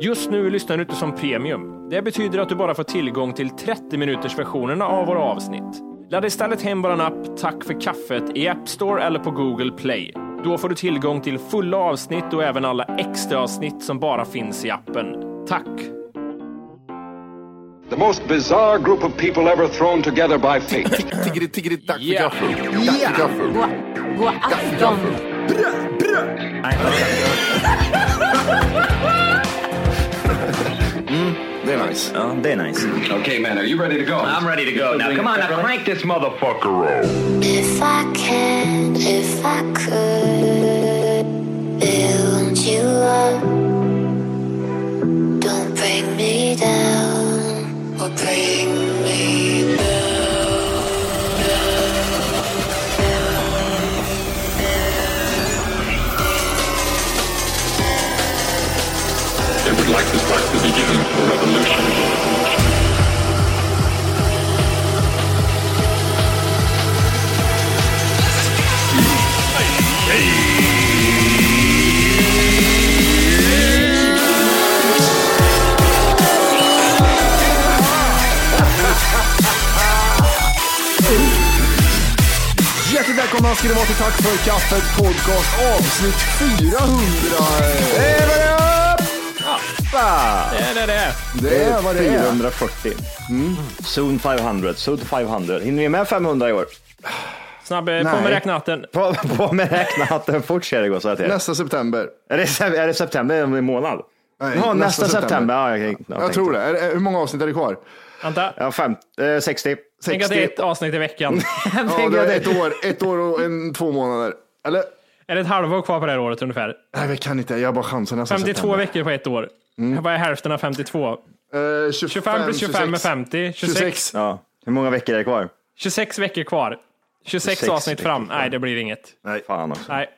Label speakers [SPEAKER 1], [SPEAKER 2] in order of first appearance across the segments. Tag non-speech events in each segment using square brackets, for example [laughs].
[SPEAKER 1] Just nu lyssnar du inte som premium. Det betyder att du bara får tillgång till 30 minuters versionerna av våra avsnitt. Ladda istället hem bara en app, Tack för kaffet, i App Store eller på Google Play. Då får du tillgång till fulla avsnitt och även alla extra avsnitt som bara finns i appen. Tack!
[SPEAKER 2] The most bizarre group of people ever thrown together by fate.
[SPEAKER 3] Tiggeri, tiggeri, dack för
[SPEAKER 1] Yeah.
[SPEAKER 3] gaffel. Dack för gaffel.
[SPEAKER 4] God afton!
[SPEAKER 3] Det är nice.
[SPEAKER 5] Oh, they're nice.
[SPEAKER 2] okay, man, are you ready to go?
[SPEAKER 5] I'm ready to go now. Come on, now crank this motherfucker up.
[SPEAKER 6] If I can, if I could build you up, don't break me down or bring me
[SPEAKER 2] They would like to start the beginning of a revolution.
[SPEAKER 3] Hjärtligt välkomna ska ni vara till Tack för kaffet podcast avsnitt 400.
[SPEAKER 1] Det är det, det är.
[SPEAKER 3] Det är vad det är. Mm.
[SPEAKER 5] 440. Soon 500. Soon 500. Hinner vi med 500 i år?
[SPEAKER 1] Snabb, eh, på med
[SPEAKER 3] Nej.
[SPEAKER 1] räknatten.
[SPEAKER 5] På, på med räknahatten fort ska det gå, så att jag.
[SPEAKER 3] Nästa september.
[SPEAKER 5] Är det, se- är det september om en månad?
[SPEAKER 3] Nej,
[SPEAKER 5] Ja, nästa, september. Ja, jag,
[SPEAKER 3] Jag tror det. Är- är- Hur många avsnitt är det kvar?
[SPEAKER 1] Vänta,
[SPEAKER 5] Ja, fem, eh, 60.
[SPEAKER 1] tänk att det är ett avsnitt i veckan.
[SPEAKER 3] [laughs] Ja, det är ett år, ett år och en, två månader. Eller?
[SPEAKER 1] är det ett halvår kvar på det här året ungefär?
[SPEAKER 3] Nej, vi kan inte. Jag bara chansar nästa
[SPEAKER 1] 52
[SPEAKER 3] september.
[SPEAKER 1] veckor på ett år.
[SPEAKER 3] Mm.
[SPEAKER 1] Vad är hälften av 52?
[SPEAKER 3] 52 25,
[SPEAKER 1] 25 plus 25 är 50. 26,
[SPEAKER 3] 26.
[SPEAKER 5] Ja. Hur många veckor är det kvar?
[SPEAKER 1] 26 veckor kvar. 26,
[SPEAKER 5] 26
[SPEAKER 1] avsnitt
[SPEAKER 5] veckor
[SPEAKER 1] fram.
[SPEAKER 5] kvar.
[SPEAKER 1] Nej, det blir inget.
[SPEAKER 5] Nej. Fan också.
[SPEAKER 1] Nej.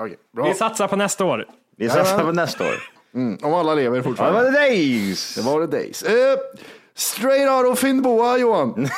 [SPEAKER 3] Okej,
[SPEAKER 1] Vi
[SPEAKER 3] bra.
[SPEAKER 1] satsar på nästa år.
[SPEAKER 5] Vi satsar på nästa år.
[SPEAKER 3] Om alla lever
[SPEAKER 5] Ja, det
[SPEAKER 3] fortfarande.
[SPEAKER 5] var det days!
[SPEAKER 3] Det var det days. Eh, straight out of Finnboa,
[SPEAKER 5] [laughs]
[SPEAKER 3] Johan.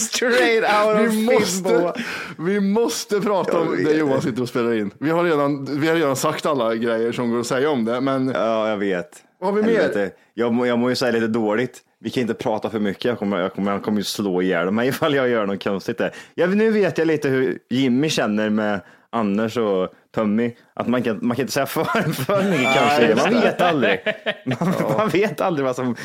[SPEAKER 5] Straight out of
[SPEAKER 3] Vi måste,
[SPEAKER 5] Finnboa.
[SPEAKER 3] vi måste prata
[SPEAKER 5] Jag
[SPEAKER 3] om
[SPEAKER 5] vet.
[SPEAKER 3] det Johan sitter och spelar in. Vi har, redan, vi har redan sagt alla grejer som går att säga om det, men
[SPEAKER 5] Ja, jag vet.
[SPEAKER 3] Vad har vi mer?
[SPEAKER 5] Helvete. Jag, må- jag mår ju säga lite dåligt. Vi kan inte prata för mycket. Jag kommer, jag kommer, han kommer ju slå ihjäl mig [laughs] ifall jag gör något konstigt där. Jag, nu vet jag lite hur Jimmy känner med Anders och Tommy. Att man kan, man kan inte säga [laughs] för, för mycket konstigt. Man
[SPEAKER 3] [laughs]
[SPEAKER 5] vet aldrig. Man, man vet aldrig vad som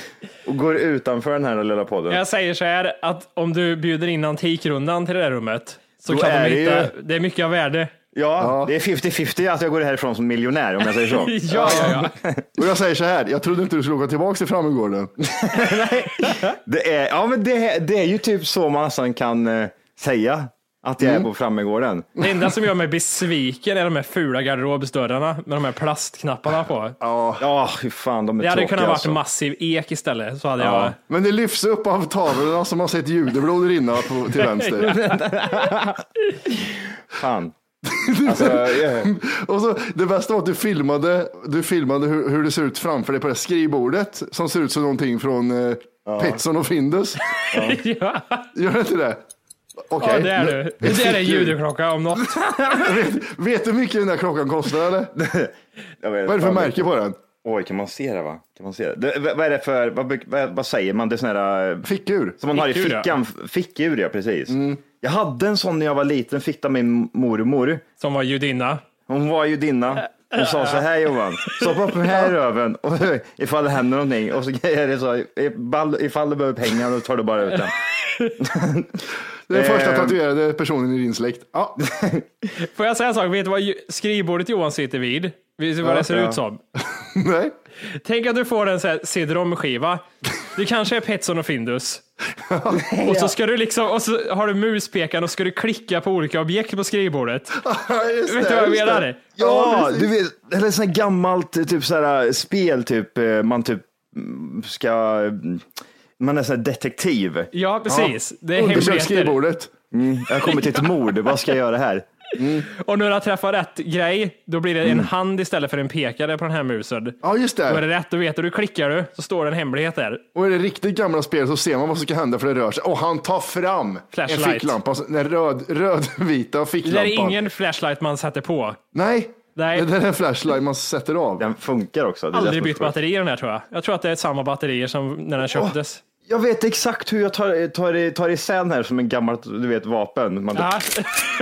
[SPEAKER 5] går utanför den här lilla podden.
[SPEAKER 1] Jag säger så här att om du bjuder in Antikrundan till det där rummet så
[SPEAKER 5] Då
[SPEAKER 1] kan
[SPEAKER 5] är
[SPEAKER 1] de
[SPEAKER 5] det
[SPEAKER 1] hitta,
[SPEAKER 5] ju-
[SPEAKER 1] det är mycket av värde.
[SPEAKER 5] Ja, det är 50-50 att jag går härifrån som miljonär om jag säger
[SPEAKER 3] [laughs]
[SPEAKER 1] [laughs]
[SPEAKER 5] så.
[SPEAKER 1] Ja, ja, ja.
[SPEAKER 3] och jag säger så här, jag trodde inte du skulle åka tillbaka till Frammegården.
[SPEAKER 5] Det är, ja, men det, det är ju typ så man nästan kan eh, säga att jag
[SPEAKER 3] Mm.
[SPEAKER 5] är på Frammegården.
[SPEAKER 1] Det enda som gör mig besviken är de här fula garderobsdörrarna med de här plastknapparna på.
[SPEAKER 5] Ja, fy fan, de är
[SPEAKER 1] Det hade
[SPEAKER 5] tråkiga
[SPEAKER 1] kunnat varit
[SPEAKER 5] alltså.
[SPEAKER 1] massiv ek istället så hade jag... [laughs]
[SPEAKER 5] Ja.
[SPEAKER 3] Men det lyfts upp av tavlorna som har sett judeblod rinna på, till vänster.
[SPEAKER 1] [laughs]
[SPEAKER 5] Fan. Alltså,
[SPEAKER 3] Och så, det bästa var att du filmade, du filmade hur, hur det ser ut framför dig på det här skrivbordet som ser ut som någonting från eh, Petson och Findus.
[SPEAKER 1] Ja.
[SPEAKER 3] Gör det inte det? Okej.
[SPEAKER 1] Ja, det är
[SPEAKER 3] nu-
[SPEAKER 1] du. Det är en
[SPEAKER 3] Fick
[SPEAKER 1] judeklocka om något.
[SPEAKER 3] Vet du hur mycket den där klockan kostar eller?
[SPEAKER 5] Jag vet
[SPEAKER 3] Vad är det för
[SPEAKER 5] fan.
[SPEAKER 3] märke på den?
[SPEAKER 5] Oj, kan man se det va? Kan man se det? det vad vad är det för, vad, bruk- vad, vad säger man? Det är sån här, eh,
[SPEAKER 3] Fickur. Mm.
[SPEAKER 5] som man har i
[SPEAKER 1] Fickur, ja.
[SPEAKER 5] fickan, fickur ja precis. Jag hade en sån när jag var liten, fick av min mormor.
[SPEAKER 1] Som var judinna.
[SPEAKER 5] Hon var ju dinna. Hon sa så här Johan, stoppa upp den
[SPEAKER 3] [laughs]
[SPEAKER 5] här i röven och [laughs] ifall det händer någonting. Och så är det så, ifall, ifall du behöver pengar då tar du bara ut den.
[SPEAKER 1] [laughs]
[SPEAKER 3] Det är den första
[SPEAKER 5] Ehm.
[SPEAKER 3] tatuerade personen i din släkt. Ja, [laughs]
[SPEAKER 1] Får jag säga en sak? Vet du vad ju- skrivbordet Johan sitter vid? Vet du vad
[SPEAKER 5] Ja,
[SPEAKER 1] det ser
[SPEAKER 5] ja.
[SPEAKER 1] ut som?
[SPEAKER 3] nej.
[SPEAKER 1] Tänk att du får en sån här cd-rom-skiva. Det kanske är Petson och Findus. och så ska du liksom, och så har du muspekaren och ska du klicka på olika objekt på skrivbordet.
[SPEAKER 3] Just
[SPEAKER 1] Vet
[SPEAKER 3] det,
[SPEAKER 1] du vad jag
[SPEAKER 3] just det.
[SPEAKER 1] menar?
[SPEAKER 5] Ja,
[SPEAKER 3] precis.
[SPEAKER 5] du vet, eller sån här gammalt eh, typ så här, spel, typ eh, man typ mm, ska, mm, man är sån här detektiv.
[SPEAKER 1] Ja, precis. Det är
[SPEAKER 3] Undersök
[SPEAKER 1] hemligheter.
[SPEAKER 3] skrivbordet.
[SPEAKER 5] Jag har kommit [laughs] till ett mord, vad ska jag göra här?
[SPEAKER 1] Och när du har träffat rätt grej, då blir det en hand istället för en pekare på den här musen.
[SPEAKER 3] Ja, just
[SPEAKER 1] Då är det
[SPEAKER 3] det.
[SPEAKER 1] rätt, då vet du. Du klickar du, så står det en hemlighet där.
[SPEAKER 3] Och är det riktigt gamla spel så ser man vad som ska hända för det rör sig. Och han tar fram
[SPEAKER 1] Flashlight.
[SPEAKER 3] en ficklampa. alltså Den röd, rödvita
[SPEAKER 1] Det där
[SPEAKER 3] ficklampan.
[SPEAKER 1] är ingen flashlight man sätter på.
[SPEAKER 3] Nej,
[SPEAKER 1] Nej.
[SPEAKER 3] det där är en flashlight man sätter av.
[SPEAKER 5] Den funkar också. det är det som
[SPEAKER 1] Aldrig
[SPEAKER 5] är
[SPEAKER 1] bytt
[SPEAKER 5] skönt.
[SPEAKER 1] batteri i den här tror jag. Jag tror att det är samma batterier som när den köptes.
[SPEAKER 5] Jag vet exakt hur jag tar, eh, tar, tar isän här som en gammalt, du vet, vapen. Man, typ-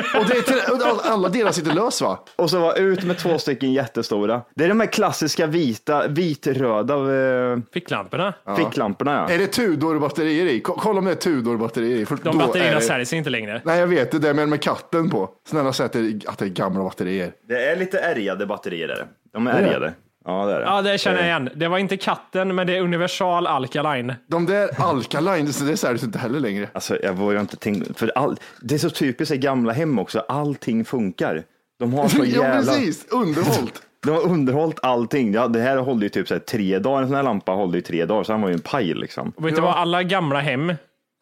[SPEAKER 1] Ja.
[SPEAKER 3] Och det är till, och all- alla delar sitter lös va?
[SPEAKER 5] Och så var ut med två stycken jättestora. Det är de här klassiska vita, vitröda eh,
[SPEAKER 1] Ficklamporna.
[SPEAKER 5] ficklamporna. Ja.
[SPEAKER 3] Är det Tudor-batterier i? Ko- Kolla om det är Tudor-batterier i. för
[SPEAKER 1] De
[SPEAKER 3] då är
[SPEAKER 1] batterierna
[SPEAKER 3] det-
[SPEAKER 1] säljs inte längre.
[SPEAKER 3] Nej, jag vet. Det där med, med katten på. Snälla säg att det är- att det är gamla batterier.
[SPEAKER 5] Det är lite ärgade batterier. Där. De är ärgade. Ja, det är det.
[SPEAKER 1] Ja, det känner jag igen. Det var inte katten, men det är Universal Alkaline.
[SPEAKER 3] De där Alkaline, så det säljs inte heller längre.
[SPEAKER 5] Alltså, jag vågar inte tänka. För all, det är så typiskt i gamla hem också. Allting funkar.
[SPEAKER 1] [laughs]
[SPEAKER 5] De har
[SPEAKER 3] [laughs]
[SPEAKER 5] så
[SPEAKER 3] Ja,
[SPEAKER 5] jävla...
[SPEAKER 3] precis. Underhållt.
[SPEAKER 5] De har underhållit allting. Ja, det här håller ju typ så här, tre dagar. En sån här lampa håller ju tre dagar, så han var ju en paj liksom.
[SPEAKER 1] Och vet du vad? Alla gamla hem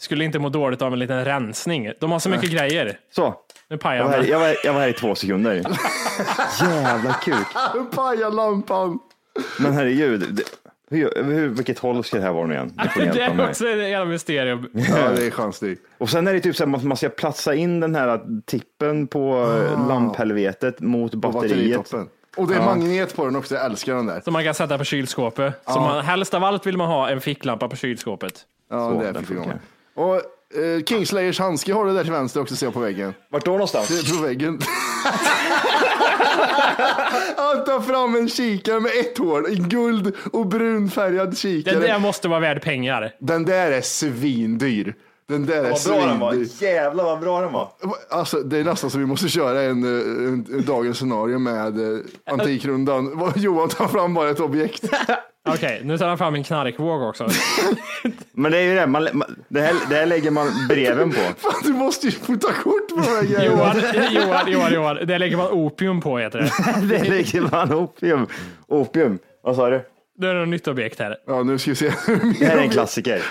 [SPEAKER 1] skulle inte må dåligt av en liten rensning. De har så mycket grejer.
[SPEAKER 5] Så,
[SPEAKER 1] Nu
[SPEAKER 5] jag
[SPEAKER 1] pajar
[SPEAKER 5] var här,
[SPEAKER 1] jag.
[SPEAKER 5] jag var, jag var här i
[SPEAKER 1] [laughs]
[SPEAKER 5] två sekunder. jävla kuk.
[SPEAKER 3] Nu pajar lampan.
[SPEAKER 5] Men herregud, det, hur, hur, vilket håll ska det här vara nu igen? Ni
[SPEAKER 1] [laughs]
[SPEAKER 5] får
[SPEAKER 1] Det
[SPEAKER 5] hjälpa
[SPEAKER 1] är
[SPEAKER 5] mig.
[SPEAKER 1] också ett jävla mysterium.
[SPEAKER 3] Ja, det är chansning.
[SPEAKER 5] Och sen är det typ så här, man- man ska platsa in den här tippen på oh. lamphelvetet mot
[SPEAKER 3] Och
[SPEAKER 5] batteriet.
[SPEAKER 3] batteritoppen. Och det är magnet på den också. Jag älskar den där.
[SPEAKER 1] Som man kan sätta på kylskåpet. Som man, helst av allt vill man ha en ficklampa på kylskåpet.
[SPEAKER 3] Ja,
[SPEAKER 5] Så,
[SPEAKER 3] det är
[SPEAKER 5] den
[SPEAKER 3] fy
[SPEAKER 5] funkar.
[SPEAKER 3] fan. Och eh, Kingslayers handske har du där till vänster också ser jag på väggen.
[SPEAKER 5] Vart då någonstans?
[SPEAKER 3] Det är på
[SPEAKER 5] [laughs]
[SPEAKER 3] väggen. Han tar fram en kikare med ett hål, en guld och brunfärgad
[SPEAKER 1] Den där
[SPEAKER 3] kikare.
[SPEAKER 1] måste vara värd pengar.
[SPEAKER 3] Den där är svindyr. Den där är
[SPEAKER 5] Vad bra den var.
[SPEAKER 3] svindyr.
[SPEAKER 5] Jävlar vad bra den var.
[SPEAKER 3] Alltså, det är nästan så vi måste köra en, eh, en, en dagens scenario med eh, Antikrundan. Vad- Johan tar fram bara ett objekt.
[SPEAKER 5] [laughs]
[SPEAKER 1] Okej, nu tar han fram en knarkvåg också.
[SPEAKER 5] Men det är ju det, man, man, det, här, det här lägger man breven på.
[SPEAKER 3] Fan, du måste ju få ta kort på de här grejerna.
[SPEAKER 1] Johan, [laughs] Johan, Johan, Johan. Det lägger man opium på heter det.
[SPEAKER 5] Det lägger man opium. Opium, vad sa du?
[SPEAKER 1] Nu är det något nytt objekt här.
[SPEAKER 3] Ja, nu ska vi se. [laughs]
[SPEAKER 5] Det här är en klassiker.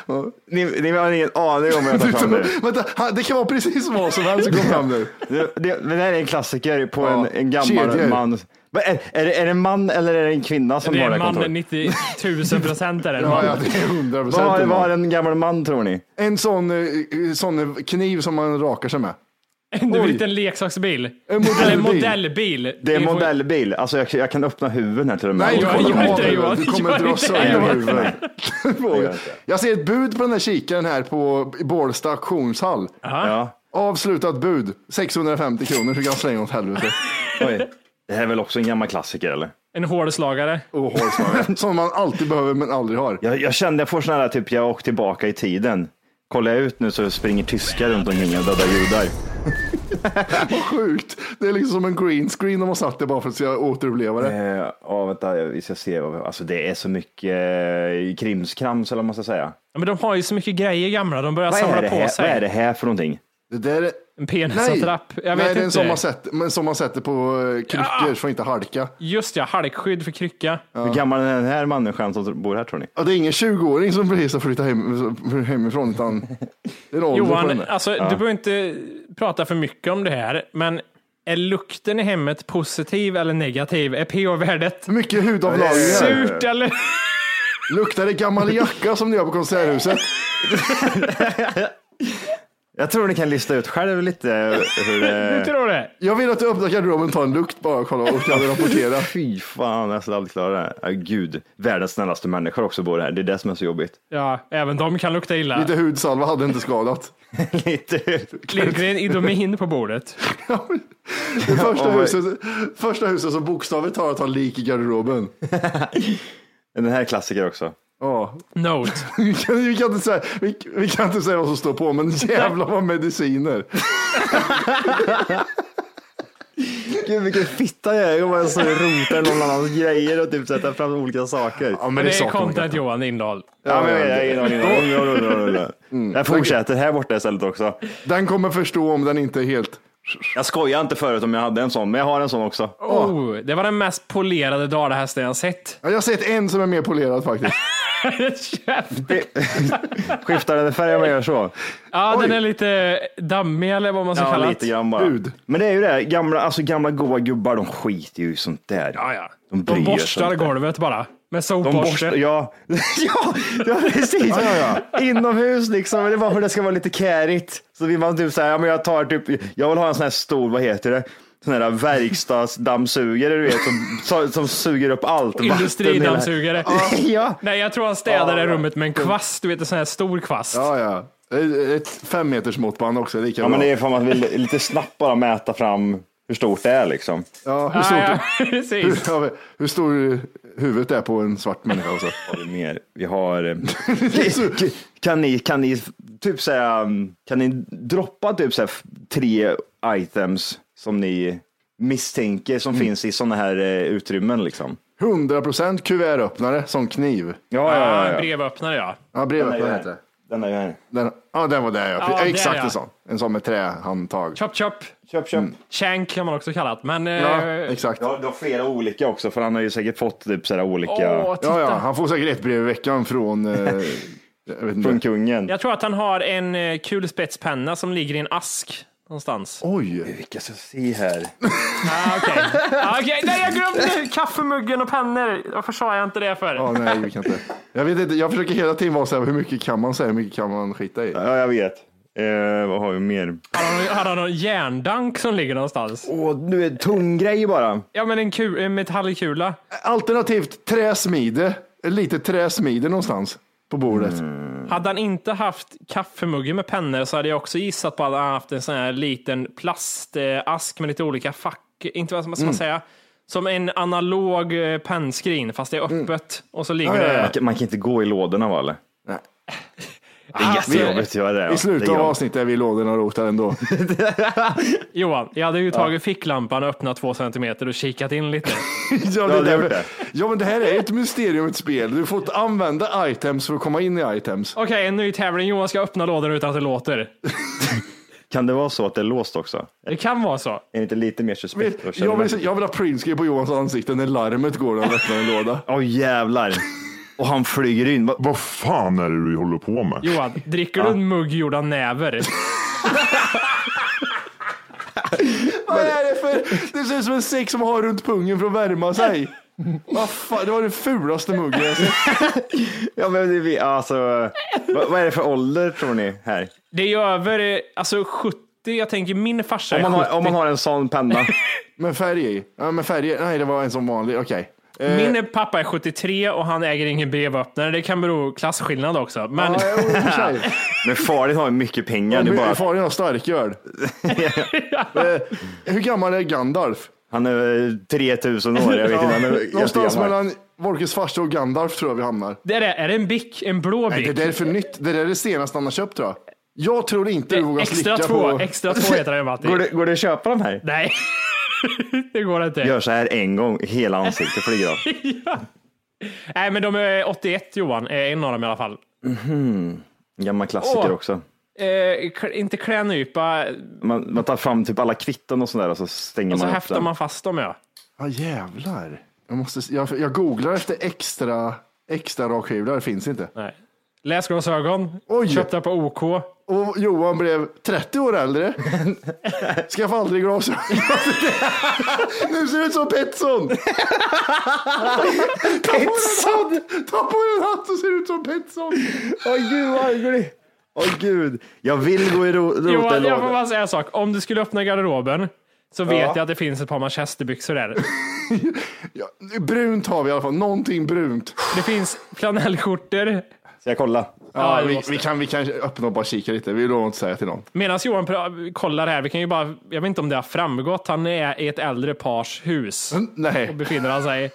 [SPEAKER 5] Ni, ni har ingen aning om vad jag tar
[SPEAKER 3] [laughs]
[SPEAKER 5] fram nu.
[SPEAKER 3] Vänta, han- det kan vara precis vad som helst som kommer fram
[SPEAKER 5] [laughs]
[SPEAKER 3] nu.
[SPEAKER 5] Det, det, men det här är en klassiker på
[SPEAKER 3] Ja,
[SPEAKER 5] en, en gammal
[SPEAKER 3] kedjor.
[SPEAKER 5] man. Vad Är, är, det, är det en man eller är det en kvinna som
[SPEAKER 1] Det är
[SPEAKER 5] har det
[SPEAKER 1] en
[SPEAKER 5] här
[SPEAKER 1] man,
[SPEAKER 5] kontoret?
[SPEAKER 1] 90 000 procent är det en
[SPEAKER 3] [laughs] Ja,
[SPEAKER 1] man.
[SPEAKER 3] ja, det är hundra
[SPEAKER 5] Vad har- Vad har
[SPEAKER 3] procent.
[SPEAKER 5] en gammal man tror ni?
[SPEAKER 3] En sån, eh, sån kniv som man rakar sig med.
[SPEAKER 1] En
[SPEAKER 3] Oj.
[SPEAKER 1] liten leksaksbil.
[SPEAKER 3] En modellbil.
[SPEAKER 1] Eller en modellbil.
[SPEAKER 5] Det är en
[SPEAKER 1] Vi får-
[SPEAKER 5] modellbil. Alltså jag, jag kan öppna huvuden här till och med.
[SPEAKER 3] Nej,
[SPEAKER 1] gör-
[SPEAKER 3] du
[SPEAKER 1] gör
[SPEAKER 3] kommer
[SPEAKER 1] inte det,
[SPEAKER 3] ha
[SPEAKER 1] Johan.
[SPEAKER 3] den. Du kommer
[SPEAKER 1] Gör
[SPEAKER 3] dra
[SPEAKER 1] inte det,
[SPEAKER 3] sönder
[SPEAKER 1] Johan.
[SPEAKER 3] huvudet.
[SPEAKER 5] jag
[SPEAKER 3] [laughs] Vågar.
[SPEAKER 5] inte.
[SPEAKER 3] Jag ser ett bud på den här kikaren här på Bålsta auktionshall.
[SPEAKER 5] Ja.
[SPEAKER 3] Avslutat bud, 650 kronor, så kan jag slänga åt
[SPEAKER 5] [laughs]
[SPEAKER 3] helvete.
[SPEAKER 5] Oj. Det här är väl också en gammal klassiker eller?
[SPEAKER 1] En hårslagare.
[SPEAKER 3] Och hålsvarare. Som man alltid behöver men aldrig har.
[SPEAKER 5] Jag, jag kände jag får sån här typ, jag har åkt tillbaka i tiden. Kollar jag ut nu så springer tyskar runt omkring och dödar judar.
[SPEAKER 3] Sjukt. Det är liksom som en green screen de har satt det bara för att jag återuppleva det.
[SPEAKER 5] Eh, Ja, vänta, vi ska se. vad- Alltså det är så mycket eh, krimskrams eller vad man ska säga.
[SPEAKER 1] Ja, Men de har ju så mycket grejer gamla. De börjar
[SPEAKER 5] Vad är, det
[SPEAKER 1] samla på
[SPEAKER 5] här, vad är det
[SPEAKER 1] sig.
[SPEAKER 5] här för någonting?
[SPEAKER 3] Det där är...
[SPEAKER 1] En penisattrapp. Jag vet
[SPEAKER 3] Nej, det är en
[SPEAKER 1] inte. Ah!
[SPEAKER 3] som man sätter, men som man sätter på eh, kryckor för att inte halka.
[SPEAKER 1] Just ja, halkskydd för krycka.
[SPEAKER 5] Hur gammal är den här människan som bor här tror ni?
[SPEAKER 3] Ja, det är ingen 20-åring som precis har flyttat hem, hemifrån utan det är en ålder på den
[SPEAKER 1] Johan,
[SPEAKER 3] där.
[SPEAKER 1] alltså, du behöver inte prata för mycket om det här, men är lukten i hemmet positiv eller negativ? Är pH-värdet
[SPEAKER 3] Mycket hudavlagringar.
[SPEAKER 1] surt eller?
[SPEAKER 3] Luktar det gammal jacka som ni har på Konserthuset?
[SPEAKER 5] Jag tror ni kan lista ut själv lite eh, hur
[SPEAKER 1] [laughs] Du
[SPEAKER 5] det...
[SPEAKER 1] tror det?
[SPEAKER 3] Jag vill att du öppnar garderoben, tar en lukt bara och kollar och kan vi rapportera.
[SPEAKER 5] [laughs] Fy fan, jag skulle aldrig klara det. här. Ah, gud, världens snällaste människor också bor här. Det är det som är så jobbigt. [laughs]
[SPEAKER 1] Ja, även de kan lukta illa.
[SPEAKER 3] Lite hudsalva hade inte skadat.
[SPEAKER 5] lite...
[SPEAKER 1] Lindgren Idomin på bordet.
[SPEAKER 3] Det första,
[SPEAKER 5] Oj.
[SPEAKER 3] huset, första huset som bokstavligt talat har lik i garderoben.
[SPEAKER 5] Den här är klassiker också.
[SPEAKER 3] Ja.
[SPEAKER 1] Note.
[SPEAKER 3] Vi, kan, vi, kan inte säga, vi, vi kan inte säga vad som står på, men jävlar vad mediciner.
[SPEAKER 5] Gud vilken fitta jag är. Jag bara så rotar någon annans grejer och typ sätter fram olika saker.
[SPEAKER 3] men
[SPEAKER 1] Det är content Johan Lindahl.
[SPEAKER 5] Ja, men jag- jag- jag- jag- jag- jag- jag- jag- jag- jag- jag-
[SPEAKER 1] Mm.
[SPEAKER 5] Mm. Jag fortsätter här borta istället också.
[SPEAKER 3] Den kommer förstå om den inte är helt...
[SPEAKER 5] Jag skojar inte förut om jag hade en sån, men jag har en sån också.
[SPEAKER 1] Oh, det var den mest polerade dalahästen jag
[SPEAKER 5] [laughs]
[SPEAKER 1] sett.
[SPEAKER 3] Ja, Jag har sett en som är mer polerad faktiskt.
[SPEAKER 1] Käft.
[SPEAKER 5] [laughs] Skiftar den i färg om jag gör så?
[SPEAKER 1] ja, den
[SPEAKER 3] Oj.
[SPEAKER 1] är lite dammig eller vad man ska
[SPEAKER 5] Ja,
[SPEAKER 1] kalla
[SPEAKER 5] lite
[SPEAKER 1] det.
[SPEAKER 5] grann bara.
[SPEAKER 3] Hud.
[SPEAKER 5] Men det är ju det, gamla, alltså gamla goa gubbar, de skiter ju i sånt där.
[SPEAKER 1] Ja, ja.
[SPEAKER 5] De
[SPEAKER 1] De,
[SPEAKER 5] bryr sig
[SPEAKER 1] borstar
[SPEAKER 5] inte.
[SPEAKER 1] golvet bara. Med
[SPEAKER 5] De
[SPEAKER 1] sopborste.
[SPEAKER 5] borstar, ja. [laughs] ja, ja precis. Inomhus liksom, men det var för det ska vara lite kärigt. Så vill man typ så här, ja men jag tar typ, jag vill ha en sån här stor, vad heter det? Sån här verkstadsdammsugare du vet, som, som, som suger upp allt. vatten,
[SPEAKER 1] Industridammsugare.
[SPEAKER 5] hela- Ja, [laughs]
[SPEAKER 1] Nej, jag tror han städade rummet med en kvast. Du vet, en sån här stor kvast.
[SPEAKER 3] Ja, ja. Ett fem meters måttband också, lika
[SPEAKER 5] ja
[SPEAKER 3] bra.
[SPEAKER 5] men det är för att man vill lite snabbt bara mäta fram hur stort det är liksom.
[SPEAKER 3] ja, hur, stort,
[SPEAKER 1] Ja, ja, [laughs] precis.
[SPEAKER 3] hur, ja, hur stor huvudet är på en svart människa också.
[SPEAKER 5] Har vi mer? Vi har... [laughs] eh, Kan- Kan ni, kan ni typ säga, um, kan ni droppa typ så här f- tre items som ni misstänker som finns i sådana här eh, utrymmen liksom?
[SPEAKER 3] 100% kuvertöppnare som kniv.
[SPEAKER 1] Ja,
[SPEAKER 5] Ja,
[SPEAKER 1] en
[SPEAKER 5] ja, ja. ja.
[SPEAKER 1] brevöppnare ja.
[SPEAKER 3] Ja,
[SPEAKER 5] Den
[SPEAKER 3] brevöppnare Ah,
[SPEAKER 5] är
[SPEAKER 3] heter
[SPEAKER 5] ju
[SPEAKER 3] det.
[SPEAKER 5] Den är ju här.
[SPEAKER 3] Den, ja, den var där ja.
[SPEAKER 1] Ja,
[SPEAKER 3] Exakt
[SPEAKER 1] där, ja.
[SPEAKER 3] en sån. En sån med trähandtag.
[SPEAKER 1] Chop chop.
[SPEAKER 5] Köp, köp.
[SPEAKER 1] Shank kan man också kalla det. Men
[SPEAKER 3] Ja,
[SPEAKER 1] eh,
[SPEAKER 3] exakt.
[SPEAKER 5] Du har, du har flera olika också, för han har ju säkert fått typ så här olika
[SPEAKER 1] åh, titta.
[SPEAKER 3] Ja, ja, han får säkert ett brev i veckan från...
[SPEAKER 5] [laughs]
[SPEAKER 3] Eh, jag vet
[SPEAKER 5] från
[SPEAKER 3] inte.
[SPEAKER 5] kungen.
[SPEAKER 1] Jag tror att han har en eh, kulspetspenna som ligger i en ask någonstans.
[SPEAKER 3] Oj!
[SPEAKER 5] Vilka ska se här?
[SPEAKER 1] Ah, [laughs] Okej, Ah, okej. nej jag glömde kaffemuggen och pennor. Varför sa jag inte det för?
[SPEAKER 3] Ja, nej, vi kan inte. Jag vet inte, jag försöker hela tiden vara så här, hur mycket kan man säga, hur mycket kan man skita i?
[SPEAKER 5] Ja, jag vet. Eh, vad har vi mer?
[SPEAKER 1] Har han- Har han någon järndank som ligger någonstans?
[SPEAKER 5] Åh, nu är det tung grej bara.
[SPEAKER 1] Ja, men en, kul, en metallkula.
[SPEAKER 3] Alternativt träsmide, lite träsmide någonstans på bordet.
[SPEAKER 1] Hade han inte haft kaffemuggen med pennor så hade jag också gissat på att han haft en sån här liten plastask med lite olika fack. Inte vad man ska säga. Som en analog eh, pennskrin fast det är öppet. Och så ligger
[SPEAKER 5] Man
[SPEAKER 1] det...
[SPEAKER 5] kan, man kan inte gå i lådorna, va? eller?
[SPEAKER 3] Nej. Ah,
[SPEAKER 5] Det är jättejobbigt att göra det.
[SPEAKER 3] I slutet av avsnittet är vi i lådorna och rotar ändå.
[SPEAKER 1] Johan, jag hade ju tagit ficklampan och öppnat två centimeter och kikat in [laughs] lite.
[SPEAKER 3] ja,
[SPEAKER 5] hade
[SPEAKER 3] därför-
[SPEAKER 5] gjort det.
[SPEAKER 3] ja, men det här är ju ett mysterium, ett spel. Du får inte använda items för att komma in i items.
[SPEAKER 1] Okej, en ny tävling. Johan ska öppna lådan utan att det låter.
[SPEAKER 5] Kan det vara så att det är låst också?
[SPEAKER 1] Det kan vara så.
[SPEAKER 5] Är det inte lite mer suspekt? då? Känner
[SPEAKER 3] Jag
[SPEAKER 5] man-
[SPEAKER 3] vill, jag vill ha printscreen på Johans ansikte när larmet går och han öppnar en låda.
[SPEAKER 5] Åh jävlar. Och han flyger in. Va-
[SPEAKER 4] Vad fan är det du håller på med?
[SPEAKER 1] Johan, dricker du en mugg gjord av näver?
[SPEAKER 3] Vad är det för? Det ser ut som en säck som har runt pungen för att värma sig. Vad fan, det var den fulaste muggen jag sett.
[SPEAKER 5] Ja, men det, vi- alltså, vad, vad är det för ålder tror ni här?
[SPEAKER 1] Det är ju över eh, alltså 70. Jag tänker min farsa
[SPEAKER 5] Om
[SPEAKER 1] är
[SPEAKER 5] man
[SPEAKER 1] 70.
[SPEAKER 5] har, om man har en sån penna.
[SPEAKER 3] Med färg i. Ja, med färg i. Nej, det var en som vanlig. Okej. Eh,
[SPEAKER 1] Min pappa är 73 och han äger ingen brevöppnare. Det kan bero klasskillnad också. Men
[SPEAKER 3] Ja, jo, i och för sig.
[SPEAKER 5] Men far din har ju mycket pengar. Det är
[SPEAKER 3] Min
[SPEAKER 5] bara,
[SPEAKER 3] Far har
[SPEAKER 5] [laughs]
[SPEAKER 3] starköl. Eh, Hur gammal är Gandalf?
[SPEAKER 5] han är eh, 3000 år. Jag vet inte. Han är
[SPEAKER 3] Någonstans
[SPEAKER 5] jättegammal.
[SPEAKER 3] mellan Wolkes farsa och Gandalf tror jag vi hamnar.
[SPEAKER 1] det är, det. är det en bick? En blå
[SPEAKER 3] Nej,
[SPEAKER 1] bick?
[SPEAKER 3] det där är för nytt. Det där är det senaste han har köpt tror jag. Jag tror inte du vågar
[SPEAKER 1] extra
[SPEAKER 3] slicka
[SPEAKER 1] två.
[SPEAKER 3] på...
[SPEAKER 1] Extra två heter det, Matti.
[SPEAKER 5] Går det, går det att köpa de här?
[SPEAKER 1] Nej, [laughs] det går inte.
[SPEAKER 5] Gör så här en gång. Hela ansiktet flyger av.
[SPEAKER 1] Nej, men de är 81 Johan, är en av dem i alla fall.
[SPEAKER 5] Gammal klassiker
[SPEAKER 1] Åh.
[SPEAKER 5] också.
[SPEAKER 1] Eh, kl- inte klänypa,
[SPEAKER 5] Man, man tar fram typ alla kvitton och sådär och så stänger
[SPEAKER 1] och så
[SPEAKER 5] man upp
[SPEAKER 1] häftar
[SPEAKER 5] den.
[SPEAKER 1] man fast dem ja.
[SPEAKER 3] Ja jävlar. Jag, måste, jag, jag googlar efter extra, extra rakhyvlar. Finns inte.
[SPEAKER 1] Nej. Läsglasögon,
[SPEAKER 3] Oj.
[SPEAKER 1] köpta på OK.
[SPEAKER 3] Och Johan blev 30 år äldre. Skaffa aldrig glasögon. [laughs] nu ser du ut som Petsson. Petsson! Ta på dig en hatt och ser ut som Petsson.
[SPEAKER 5] Åh gud vad ugly. Åh gud, jag vill gå i ro-
[SPEAKER 1] Johan, jag får
[SPEAKER 5] rotelådan.
[SPEAKER 1] bara säga en sak. Om du skulle öppna garderoben så vet
[SPEAKER 5] Ja.
[SPEAKER 1] jag att det finns ett par manchesterbyxor där.
[SPEAKER 3] Ja, brunt har vi i alla fall, någonting brunt.
[SPEAKER 1] Det finns flanellskjortor.
[SPEAKER 5] Ska jag kolla?
[SPEAKER 1] Ja,
[SPEAKER 3] Ja,
[SPEAKER 1] det
[SPEAKER 3] vi,
[SPEAKER 1] måste.
[SPEAKER 3] vi, kan, vi kan öppna och bara kika lite, vi lovar inte att säga till någon.
[SPEAKER 1] Medan Johan pra- kollar här, vi kan ju bara, jag vet inte om det har framgått, han är i ett äldre pars hus.
[SPEAKER 5] Mm,
[SPEAKER 3] Nej.
[SPEAKER 1] Befinner han sig.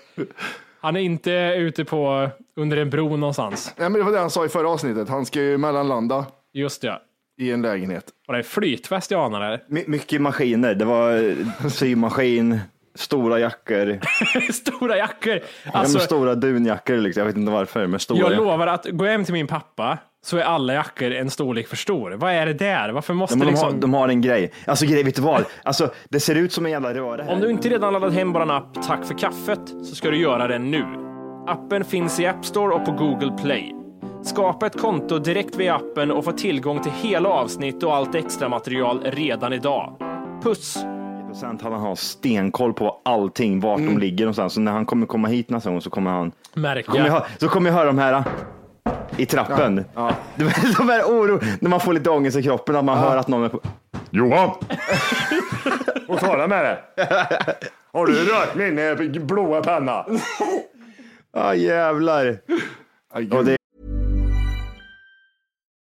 [SPEAKER 1] Han är inte ute på, under en bro någonstans.
[SPEAKER 3] Nej, men det var det han sa i förra avsnittet, han ska ju mellanlanda
[SPEAKER 1] Just det.
[SPEAKER 3] i en lägenhet.
[SPEAKER 1] Var det flytväst jag anar [laughs] här?
[SPEAKER 5] My- mycket maskiner. Det var eh, symaskin, stora jackor,
[SPEAKER 1] Stora jackor!
[SPEAKER 5] alltså,
[SPEAKER 1] Alltså,
[SPEAKER 5] stora dunjackor. Liksom. Jag vet inte varför, men stora.
[SPEAKER 1] jag
[SPEAKER 5] jackor.
[SPEAKER 1] lovar att gå hem till min pappa så är alla jackor en storlek för stor. Vad är det där? Varför måste
[SPEAKER 5] Ja, men de, har,
[SPEAKER 1] liksom...
[SPEAKER 5] de har en grej. Alltså grej, vet du vad? Alltså, det ser ut som en jävla röra här.
[SPEAKER 1] Om du inte redan laddat hem vår app Tack för kaffet så ska du göra det nu. Appen finns i App Store och på Google Play. Skapa ett konto direkt via appen och få tillgång till hela avsnitt och allt extra material redan idag. Puss!
[SPEAKER 5] Procent han har stenkoll på allting, vart
[SPEAKER 1] Mm.
[SPEAKER 5] de ligger någonstans. Så när han kommer komma hit nästa gång så kommer han...
[SPEAKER 1] Märka.
[SPEAKER 5] Kommer jag, hö- så kommer jag höra de här ah, i trappen. [laughs] De, de här oro, när man får lite ångest i kroppen, att man hör att någon är på...
[SPEAKER 3] [laughs]
[SPEAKER 4] Johan!
[SPEAKER 3] Och tala med dig. Har du rört min eh, blåa penna?
[SPEAKER 5] Ah, jävlar. Och det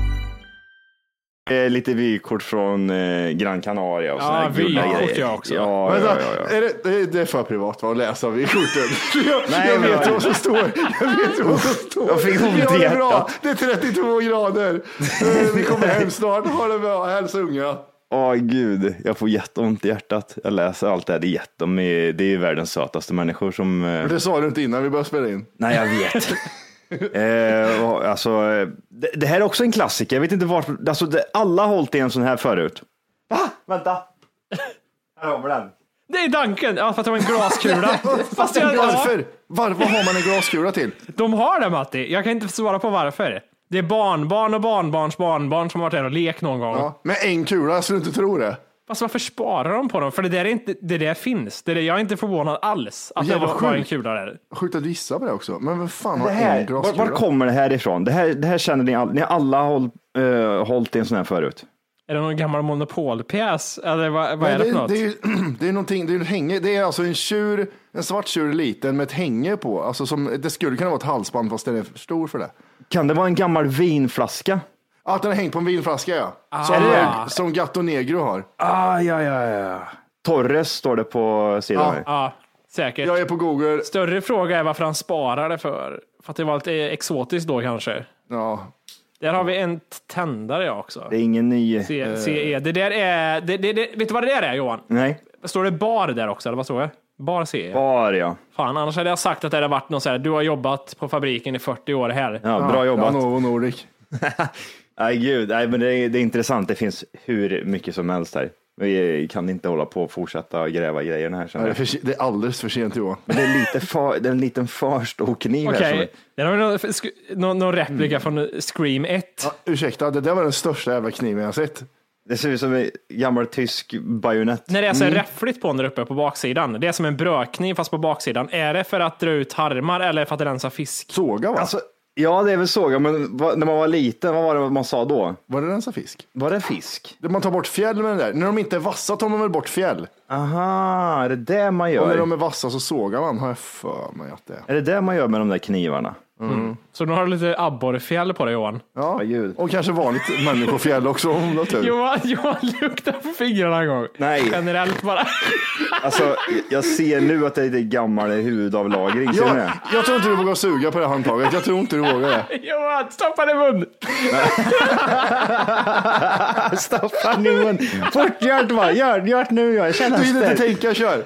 [SPEAKER 5] är Eh, lite vykort från eh, Gran Canaria och såna
[SPEAKER 1] Ja,
[SPEAKER 5] här gulliga
[SPEAKER 1] vykort
[SPEAKER 5] grejer.
[SPEAKER 1] jag också.
[SPEAKER 5] Ja, ja,
[SPEAKER 3] Vänta,
[SPEAKER 5] ja, ja.
[SPEAKER 3] alltså, Är det, det, är- det är för privat va, att läsa vid
[SPEAKER 5] [laughs]
[SPEAKER 3] korten. Jag,
[SPEAKER 5] Nej,
[SPEAKER 3] jag
[SPEAKER 5] men-
[SPEAKER 3] vet ju vad som står. Jag vet ju vad som står.
[SPEAKER 5] jag fick ont i
[SPEAKER 3] Vi har det bra.
[SPEAKER 5] hjärtat.
[SPEAKER 3] Det är 32 grader. Eh, Vi kommer hem snart. Ha det bra. Hälsa unga.
[SPEAKER 5] Åh gud, jag får jätteont i hjärtat. Jag läser allt det här. Det är, jätte, de är, det är ju världens sötaste människor som... eh,
[SPEAKER 3] Det sa du inte innan vi började spela in.
[SPEAKER 5] Nej, jag vet. eh, och, alltså, eh, det, det här är också en klassiker. Jag vet inte varför. Alltså, det, alla har hållit i en sån här förut. Va? Vänta. Här kommer den.
[SPEAKER 1] Det är Duncan! Ja, för att det var en glaskula. Fast jag, ja,
[SPEAKER 3] Varför? Var, vad har man en glaskula till?
[SPEAKER 1] de har det Matti, jag kan inte svara på varför. Det är barnbarn och barnbarns barnbarn som har varit där och lekt någon gång.
[SPEAKER 3] Ja, med en kula, jag skulle inte tro det.
[SPEAKER 1] Fast varför sparar de på dem? För det där, är inte, det där finns. Det där, jag är inte förvånad alls att det
[SPEAKER 3] Jävla
[SPEAKER 1] var, var en
[SPEAKER 3] sjukt.
[SPEAKER 1] kula där.
[SPEAKER 3] Sjukt att du gissar på det också. Men vem fan har
[SPEAKER 5] Det här,
[SPEAKER 3] en
[SPEAKER 5] var,
[SPEAKER 3] glaskula?
[SPEAKER 5] var kommer det här ifrån? Det här, det här känner ni, all, ni har alla håll, eh, hållit i en sån här förut.
[SPEAKER 1] Är det någon gammal monopolpjäs? Eller vad, vad är det
[SPEAKER 3] Nej,
[SPEAKER 1] för något?
[SPEAKER 3] det, är ju, [clears throat] det är någonting, det är, ett hänge, det är alltså en tjur, en svart tjur liten med ett hänge på. Alltså som, det skulle kunna vara ett halsband fast den är för stor för det.
[SPEAKER 5] Kan det vara en gammal vinflaska?
[SPEAKER 3] Att den är hängt på en vinflaska ja. Som,
[SPEAKER 1] Ah.
[SPEAKER 3] som Gatto Negro har.
[SPEAKER 5] Ah, ja, ja, ja. Torres står det på sidan. här.
[SPEAKER 1] Ja, säkert.
[SPEAKER 3] Jag är på Google.
[SPEAKER 1] Större fråga är varför han sparar det för. För att det var lite exotiskt då kanske.
[SPEAKER 3] Ja.
[SPEAKER 1] Där har vi en t- tändare jag också.
[SPEAKER 5] Det är ingen ny.
[SPEAKER 3] eh.
[SPEAKER 1] C- CE. Det där är... Det, det, det, vet du vad det där är Johan?
[SPEAKER 5] Nej.
[SPEAKER 1] Står det bar där också? Eller vad står det? Bar CE?
[SPEAKER 5] Bar, ja.
[SPEAKER 1] Fan, annars hade jag sagt att det hade varit någon så här, du har jobbat på fabriken i 40 år här.
[SPEAKER 5] ja bra jobbat.
[SPEAKER 3] Ja, Novo Nordic.
[SPEAKER 5] Nej, gud. Nej, men det är, det är intressant. Det finns hur mycket som helst här. Vi kan inte hålla på och fortsätta gräva i grejerna här.
[SPEAKER 3] Nej,
[SPEAKER 5] känner
[SPEAKER 3] Det är,
[SPEAKER 5] jag.
[SPEAKER 3] för, det är alldeles för sent Johan.
[SPEAKER 5] Det är, lite för, det är en liten för stor kniv här.
[SPEAKER 1] Okej,
[SPEAKER 5] Som,
[SPEAKER 1] där har vi någon, sk- någon, någon replika
[SPEAKER 3] Mm.
[SPEAKER 1] från Scream 1.
[SPEAKER 3] Ja, ursäkta, det där var den största jävla kniven jag sett.
[SPEAKER 5] det ser ut som en gammal tysk bajonett.
[SPEAKER 1] När det är
[SPEAKER 3] Mm.
[SPEAKER 1] så här räffligt på den där uppe på baksidan. Det är som en brödkniv fast på baksidan. Är det för att dra ut harmar eller för att rensa fisk?
[SPEAKER 3] Såga va?
[SPEAKER 5] Alltså, ja, det är väl såga, men vad, när man var liten, vad var det man sa då?
[SPEAKER 3] Var det rensa fisk?
[SPEAKER 5] Var det fisk?
[SPEAKER 3] Man tar bort fjäll med den där. När de inte är vassa tar man väl bort fjäll?
[SPEAKER 5] Aha, är det det man
[SPEAKER 3] Och
[SPEAKER 5] gör?
[SPEAKER 3] när de är vassa så sågar man, har jag för mig att det är.
[SPEAKER 5] Är det det man gör med de där knivarna?
[SPEAKER 1] Mm. Så nu har du lite abborrfjäll på dig Johan.
[SPEAKER 3] Ja, och kanske vanligt människofjäll också om du har tur.
[SPEAKER 1] Johan, Johan luktar på fingrarna en gång.
[SPEAKER 5] Nej.
[SPEAKER 1] Generellt bara. [laughs]
[SPEAKER 5] Alltså, jag ser nu att det är lite gammal hudavlagring. Ser ni
[SPEAKER 3] Jag,
[SPEAKER 5] det?
[SPEAKER 3] jag tror inte du vågar suga på det här handtaget. Jag tror inte du vågar det.
[SPEAKER 1] Johan, stoppa det i mun.
[SPEAKER 5] Stoppa nu mun. Fort, gör det bara. Gör gör det nu. Jag känner
[SPEAKER 3] Du hinner inte
[SPEAKER 5] efter.
[SPEAKER 3] tänka, kör.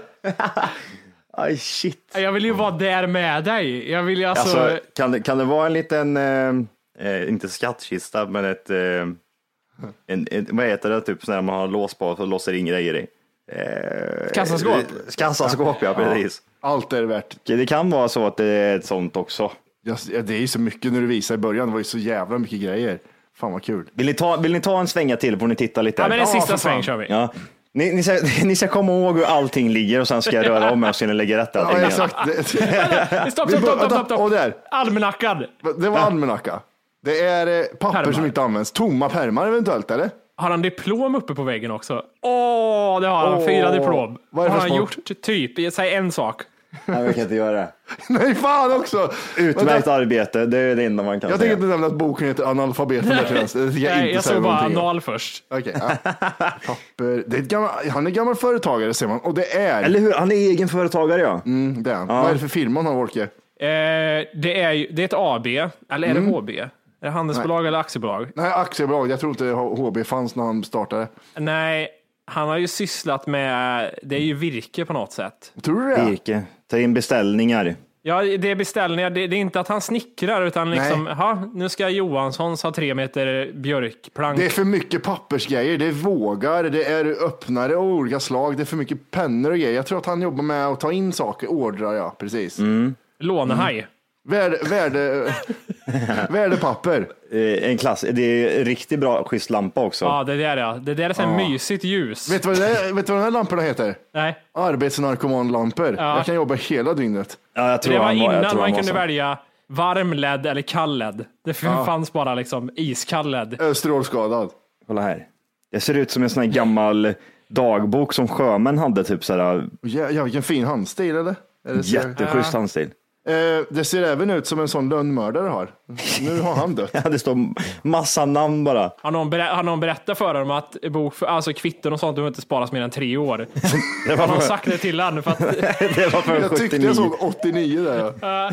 [SPEAKER 5] Aj, shit.
[SPEAKER 1] Jag vill ju vara där med dig. Jag vill ju alltså...
[SPEAKER 5] Alltså, kan, det- kan det vara en liten, eh, eh, inte skattkista, men ett, eh, en, en, vad heter det, typ sån här man har lås på och låser in grejer i? Eh,
[SPEAKER 1] Kassaskåp?
[SPEAKER 5] Kassaskåp, ja precis.
[SPEAKER 3] Allt är det värt.
[SPEAKER 5] Okej, Det kan vara så att det är ett sånt också.
[SPEAKER 3] Jag- Ja, det är ju så mycket när du visar i början. Det var ju så jävla mycket grejer. Fan vad kul.
[SPEAKER 5] Vill ni ta, vill ni ta en svänga till? Får ni titta lite?
[SPEAKER 1] ja, men en
[SPEAKER 3] för
[SPEAKER 1] sista
[SPEAKER 3] fan.
[SPEAKER 1] sväng kör vi.
[SPEAKER 5] Ja. Ni, ni, ska, [laughs] ni ska komma ihåg hur allting ligger och sen ska jag röra om mig och så ni lägger rätt allting.
[SPEAKER 3] Ja,
[SPEAKER 5] igen.
[SPEAKER 3] exakt. [laughs] Det,
[SPEAKER 1] Stopp,
[SPEAKER 3] Vi
[SPEAKER 1] stopp,
[SPEAKER 3] bör-
[SPEAKER 1] stopp, stopp, stopp.
[SPEAKER 3] Och där.
[SPEAKER 1] Almanackan.
[SPEAKER 3] det var almanacka. Det är eh, papper
[SPEAKER 1] Pärmar.
[SPEAKER 3] som inte används. Tomma pärmar eventuellt, eller? [laughs]
[SPEAKER 1] Har han diplom uppe på väggen också? Åh, det har han. Fyra
[SPEAKER 3] Åh,
[SPEAKER 1] diplom.
[SPEAKER 3] vad är det
[SPEAKER 1] har
[SPEAKER 3] för
[SPEAKER 1] han
[SPEAKER 3] sport?
[SPEAKER 1] gjort? Typ, säg en sak.
[SPEAKER 5] Nej, vi kan inte göra det.
[SPEAKER 3] Nej, fan också!
[SPEAKER 5] Utmärkt
[SPEAKER 3] Vänta,
[SPEAKER 5] arbete, det är det enda man kan
[SPEAKER 3] Jag tänker
[SPEAKER 5] säga.
[SPEAKER 3] inte nämna att boken heter Analfabeten där till vänster. Det tycker jag
[SPEAKER 1] Nej,
[SPEAKER 3] inte
[SPEAKER 1] jag
[SPEAKER 3] säger
[SPEAKER 1] såg bara
[SPEAKER 3] någonting om.
[SPEAKER 1] anal först.
[SPEAKER 3] Okej, ja. Papper. Det är ett gammal, han är gammal företagare ser man. Och det är.
[SPEAKER 5] Eller hur? Han är egen företagare ja.
[SPEAKER 3] Mm, det är han. Vad är det för firma han har, Wolke?
[SPEAKER 1] Eh, det, är, ju- det är ett AB, eller är det HB? Är det handelsbolag eller aktiebolag?
[SPEAKER 3] Nej, aktiebolag. Jag tror inte HB fanns när han startade.
[SPEAKER 1] Nej, han har ju sysslat med, det är ju virke på något sätt.
[SPEAKER 3] Tror du det?
[SPEAKER 5] Virke, ta in beställningar.
[SPEAKER 1] Ja, det är beställningar, det, det är inte att han snickrar utan liksom, ha, nu ska Johanssons ha tre meter björkplank.
[SPEAKER 3] Det är för mycket pappersgrejer. Det är vågar, det är öppnare av olika slag. Det är för mycket pennor och grejer. Jag tror att han jobbar med att ta in saker, ordrar ja, precis.
[SPEAKER 1] Lånehaj.
[SPEAKER 3] Värde, [laughs] värde, värdepapper.
[SPEAKER 5] Eh, En klass, det är riktigt bra, schysst lampa också.
[SPEAKER 1] Ja, det där ja. Det där är så här mysigt ljus.
[SPEAKER 3] Vet du vad, det är, vet du vad de här lamporna heter?
[SPEAKER 1] Nej,
[SPEAKER 3] Arbetsnarkomanlampor.
[SPEAKER 1] Ja.
[SPEAKER 3] Jag kan jobba hela dygnet.
[SPEAKER 5] Ja, jag tror
[SPEAKER 1] det var
[SPEAKER 5] han var, jag
[SPEAKER 1] innan
[SPEAKER 5] tror
[SPEAKER 1] man
[SPEAKER 5] han var
[SPEAKER 1] kunde
[SPEAKER 5] så.
[SPEAKER 1] välja varm LED eller kall LED. Det f- fanns bara liksom iskall LED.
[SPEAKER 3] Ö, Strålskadad.
[SPEAKER 5] Kolla här. Det ser ut som en sån här gammal dagbok som sjömän hade, typ så här,
[SPEAKER 3] Ja, ja, vilken fin handstil eller? Är det, så-
[SPEAKER 5] jätteschysst handstil.
[SPEAKER 3] eh, det ser även ut som en sån lönnmördare har. Nu har han [laughs] dött.
[SPEAKER 5] Ja, det står massa namn bara.
[SPEAKER 1] Har någon, berä- har någon berättat för honom att bok för, alltså kvitton och sånt behöver inte sparas mer än tre år?
[SPEAKER 5] Det
[SPEAKER 1] Har
[SPEAKER 5] var,
[SPEAKER 1] någon sagt det till honom?
[SPEAKER 3] [laughs]
[SPEAKER 1] För att,
[SPEAKER 5] [laughs] det var från
[SPEAKER 3] Jag tyckte jag
[SPEAKER 5] 79.
[SPEAKER 3] såg 89 där. ja.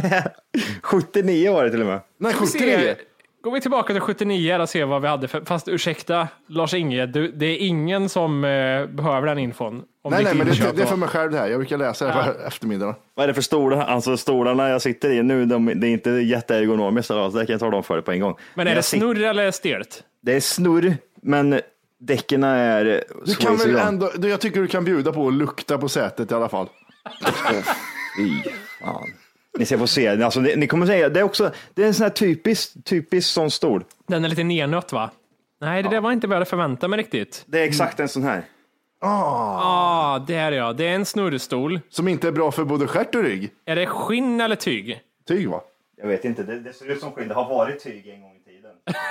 [SPEAKER 5] 79 var det till och med.
[SPEAKER 3] Nej, 79.
[SPEAKER 1] Går vi tillbaka till 79 här och ser vad vi hade för, fast ursäkta Lars-Inge, du- det är ingen som eh, behöver den infon. Om
[SPEAKER 3] Nej,
[SPEAKER 1] ditt
[SPEAKER 3] nej, men det,
[SPEAKER 1] inköp
[SPEAKER 3] det är för
[SPEAKER 1] var-
[SPEAKER 3] mig själv det här. Jag brukar läsa det här på eftermiddagarna.
[SPEAKER 5] Vad är det för stolar? Alltså stolarna jag sitter i nu, de, det är inte jätteergonomiskt. Alltså, jag kan ta dem för det på en gång.
[SPEAKER 1] Men är det
[SPEAKER 5] jag sit-
[SPEAKER 1] snurr eller stelt?
[SPEAKER 5] Det är snurr, men däcken är
[SPEAKER 3] Du kan väl ändå, du, jag tycker du kan bjuda på att lukta på sätet i alla fall.
[SPEAKER 5] Fy fan. Ni ska få se. Alltså, ni, ni kommer säga, det är också, det är en sån här typisk, typisk sån stol.
[SPEAKER 1] Den är lite nernött va? Nej, det där var inte vad jag hade förväntat mig riktigt.
[SPEAKER 5] Det är exakt en sån här.
[SPEAKER 1] Ja, det här är jag. Det är en snurrstol.
[SPEAKER 3] Som inte är bra för både stjärt och rygg.
[SPEAKER 1] Är det skinn eller tyg?
[SPEAKER 3] Tyg va?
[SPEAKER 5] Jag vet inte, det, det ser ut som skinn. Det har varit tyg en gång i tiden.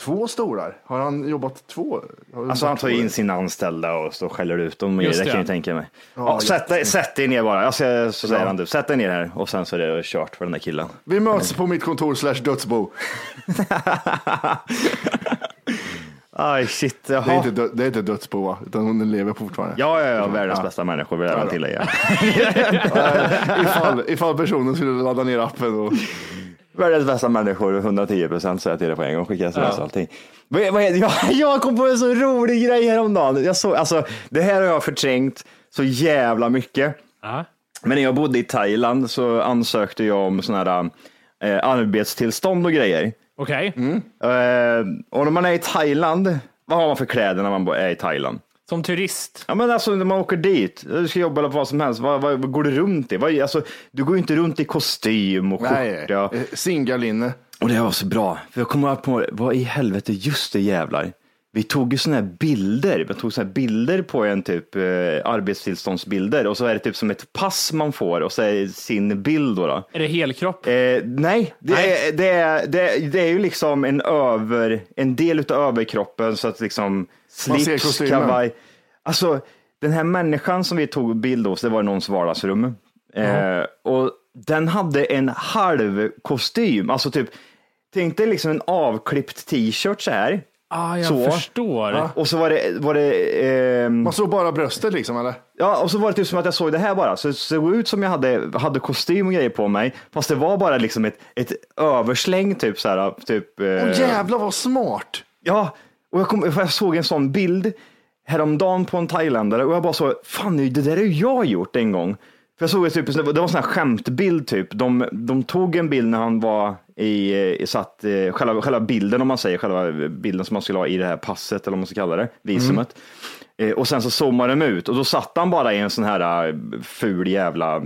[SPEAKER 3] Två stolar. Har han jobbat två? Har han
[SPEAKER 5] Alltså han
[SPEAKER 3] jobbat
[SPEAKER 5] tar
[SPEAKER 3] två?
[SPEAKER 5] in sina anställda och så skäller ut dem. mer,
[SPEAKER 1] Just
[SPEAKER 5] det
[SPEAKER 1] det.
[SPEAKER 5] kan jag tänka mig. Ja, sätt, dig- sätt dig ner bara. Alltså, så säger han du, sätt dig ner här och sen så är det kört för den där killen.
[SPEAKER 3] Vi möts på mitt kontor slash dödsbo.
[SPEAKER 5] Aj shit,
[SPEAKER 3] Det är,
[SPEAKER 5] jaha.
[SPEAKER 3] inte, dö, det är inte dödsbo va? Utan hon lever fortfarande.
[SPEAKER 5] Ja, ja, ja, världens bästa människor vill jag även tillägga.
[SPEAKER 3] [laughs] Ifall, ifall personen skulle ladda ner appen. Och,
[SPEAKER 5] Världens bästa människor, 110 procent säger jag till dig på en gång, skickar sms och allting. Vad, vad är det? Jag, [laughs] jag kom på en så rolig grej häromdagen. Jag såg, alltså, det här har jag förträngt så jävla mycket.
[SPEAKER 1] Ja.
[SPEAKER 5] Men när jag bodde i Thailand så ansökte jag om sådana här eh, arbetstillstånd och grejer.
[SPEAKER 1] Okej.
[SPEAKER 3] Mm.
[SPEAKER 5] Eh, och när man är i Thailand, vad har man för kläder när man är i Thailand?
[SPEAKER 1] Som turist.
[SPEAKER 5] Ja men alltså när man åker dit, du ska jobba eller vad som helst, vad, vad, vad går du runt i? Vad, alltså, du går ju inte runt i kostym och
[SPEAKER 3] nej,
[SPEAKER 5] skjorta.
[SPEAKER 3] eh, singalinne.
[SPEAKER 5] Och det var så bra, för jag kommer på, vad i helvete, just det jävlar. Vi tog ju sådana här bilder, man tog sådana här bilder på en typ eh, arbetstillståndsbilder och så är det typ som ett pass man får och så är det sin bild då. då.
[SPEAKER 1] Är det helkropp?
[SPEAKER 5] Eh, nej, det,
[SPEAKER 1] Nej.
[SPEAKER 5] Är, det, är, det, är, det är ju liksom en, över, en del av överkroppen så att liksom
[SPEAKER 3] Man ser
[SPEAKER 5] slips,
[SPEAKER 3] kostymen.
[SPEAKER 5] kavaj. Alltså den här människan som vi tog bild hos, det var i någons vardagsrum. Eh, och Den hade en halv kostym, alltså typ, tänk dig liksom en avklippt t-shirt så här.
[SPEAKER 1] Ah, jag förstår.
[SPEAKER 5] Och så var det, var det ehm,
[SPEAKER 3] Man såg bara bröstet liksom eller?
[SPEAKER 5] Ja, och så var det typ som att jag såg det här bara. Så det såg ut som jag hade, hade kostym och grejer på mig. Fast det var bara liksom ett, ett översläng typ så här. Typ, eh,
[SPEAKER 3] Åh jävlar vad smart!
[SPEAKER 5] ja, och jag, kom, för jag såg en sån bild häromdagen på en thailändare och jag bara så, fan det där har ju jag gjort en gång. För jag såg ett typ, det var en sån här skämtbild typ. De, de tog en bild när han var i, i satt, eh, själva, själva bilden om man säger, själva bilden som man skulle ha i det här passet eller vad man ska kalla det, visumet. Eh, Och sen så zoomade de ut och då satt han bara i en sån här eh, ful jävla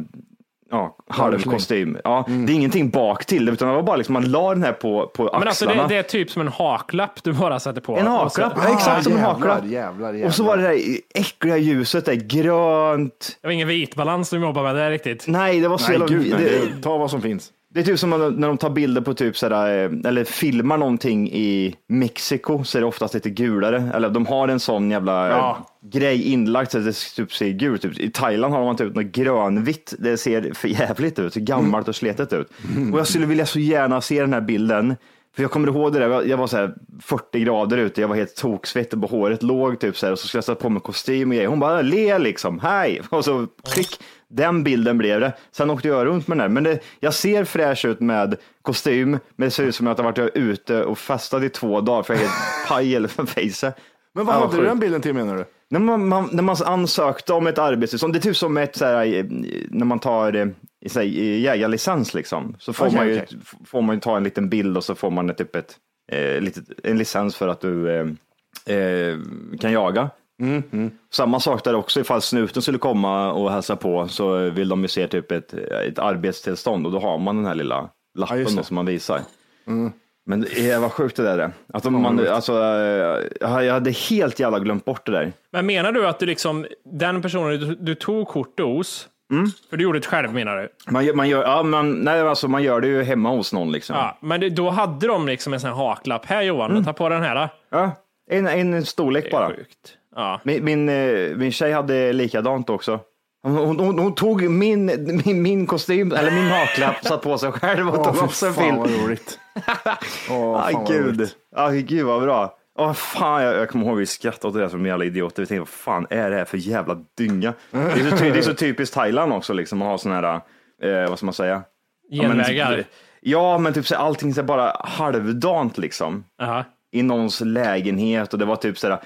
[SPEAKER 5] ja, halvkostym. Ja, Det är ingenting bak till utan det var bara liksom, man la den här på, på axlarna.
[SPEAKER 1] Mm. Men alltså det, det är typ som en haklapp du bara sätter på.
[SPEAKER 5] En
[SPEAKER 1] Och så-
[SPEAKER 5] haklapp, ja, exakt som en
[SPEAKER 3] jävlar,
[SPEAKER 5] haklapp.
[SPEAKER 3] jävlar, jävlar.
[SPEAKER 5] Och så var det där äckliga ljuset, där grönt.
[SPEAKER 1] Det var ingen vitbalans de jobbade med där riktigt.
[SPEAKER 5] Nej, det var så
[SPEAKER 3] Nej,
[SPEAKER 5] jävla...
[SPEAKER 3] Alltså, gud, nej,
[SPEAKER 5] det,
[SPEAKER 3] det, ta vad som finns.
[SPEAKER 5] det är typ som när de tar bilder på typ sådär, eh, eller filmar någonting i Mexiko så är det oftast lite gulare. Eller de har en sån jävla eh,
[SPEAKER 1] Ja.
[SPEAKER 5] grej inlagd så att det typ ser gult ut. I Thailand har man typ något grönvitt. Det ser för jävligt ut, ser gammalt och sletet ut. Och jag skulle vilja så gärna se den här bilden. För jag kommer ihåg det där, jag- jag var så här 40 grader ute, jag var helt toksvettig på håret låg typ så här och så skulle jag sätta på mig kostym och grejer. Hon bara le liksom, hej! [laughs] Och så klick, den bilden blev det. Sen åkte jag runt med den här, men det, jag ser fräsch ut med kostym, men det ser ut som att jag har varit ute och festat i två dagar för jag är helt [laughs] paj eller fejse.
[SPEAKER 3] Men vad
[SPEAKER 5] Ja,
[SPEAKER 3] hade du
[SPEAKER 5] sjukt.
[SPEAKER 3] den bilden till menar du?
[SPEAKER 5] När man, man, när man ansökte om ett arbetstillstånd, det är typ som ett, så här, eh, när man tar eh, i sig, eh, jägarlicens, liksom, så får,
[SPEAKER 3] Okej,
[SPEAKER 5] man ju,
[SPEAKER 3] okej.
[SPEAKER 5] f- får man ju ta en liten bild och så får man ett, typ ett, eh, litet, en licens för att du eh, eh, kan jaga.
[SPEAKER 3] Mm,
[SPEAKER 5] Samma sak där också, ifall snuten skulle komma och hälsa på så vill de ju se typ ett, ett arbetstillstånd och då har man den här lilla lappen
[SPEAKER 3] just
[SPEAKER 5] då,
[SPEAKER 3] det. Mm.
[SPEAKER 5] som man visar. Men eh, vad sjukt det där är. Att om man, alltså, eh, jag hade helt jävla glömt bort det där.
[SPEAKER 1] Men menar du att du liksom, den personen du, du tog kortet hos,
[SPEAKER 5] Mm.
[SPEAKER 1] för du gjorde det själv menar du?
[SPEAKER 5] Man gör, man gör, ja, man, nej, alltså, man gör det ju hemma hos någon. Liksom.
[SPEAKER 1] Ja, men det, då hade de liksom en sån här haklapp. Här Johan,
[SPEAKER 5] Mm.
[SPEAKER 1] ta på den här.
[SPEAKER 5] Ja, en, en storlek bara.
[SPEAKER 1] Sjukt. Ja.
[SPEAKER 5] Min, min, eh, min tjej hade likadant också. Hon, hon, hon, hon tog min, min, min kostym, eller min haklapp, satt på sig själv och
[SPEAKER 3] Åh,
[SPEAKER 5] tog
[SPEAKER 3] fy
[SPEAKER 5] upp sig en
[SPEAKER 3] fan
[SPEAKER 5] film.
[SPEAKER 3] vad
[SPEAKER 5] [laughs]
[SPEAKER 3] roligt. Åh, fan
[SPEAKER 5] Aj,
[SPEAKER 3] vad
[SPEAKER 5] gud.
[SPEAKER 3] roligt.
[SPEAKER 5] Aj, gud vad bra. Åh, fan, jag, jag kommer ihåg vi skrattade åt det där som jävla idioter. Vi tänkte, vad fan är det här för jävla dynga? Det är så, ty, det är så typiskt Thailand också, liksom, att ha sådana här, eh, vad ska man säga? Ja, men,
[SPEAKER 1] Genvägar.
[SPEAKER 5] typ- ja, men typ så här, allting är bara halvdant liksom.
[SPEAKER 1] Ja,
[SPEAKER 5] i någons lägenhet och det var typ sådär,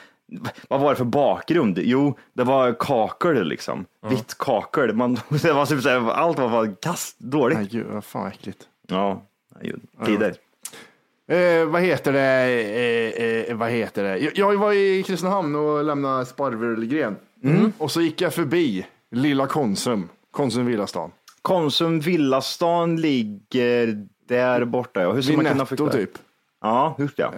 [SPEAKER 5] vad var det för bakgrund? Jo, det var kakel liksom. Vitt kakel. Man, [laughs] det var typ såhär, allt var bara kast, dåligt.
[SPEAKER 3] Nej, gud, vad fan vad äckligt.
[SPEAKER 5] Ja, ju, tider.
[SPEAKER 3] Eh, vad heter det? Eh, eh, vad heter det? Jag, jag var i Kristinehamn och lämnade Sparvelgren. Mm. Och så gick jag förbi lilla Konsum, Konsum Villastan.
[SPEAKER 5] Konsum Villastan ligger där borta. Ja. Hur ska
[SPEAKER 3] Vid
[SPEAKER 5] man kunna
[SPEAKER 3] Netto
[SPEAKER 5] förklara?
[SPEAKER 3] typ.
[SPEAKER 5] Ja, hur ska jag?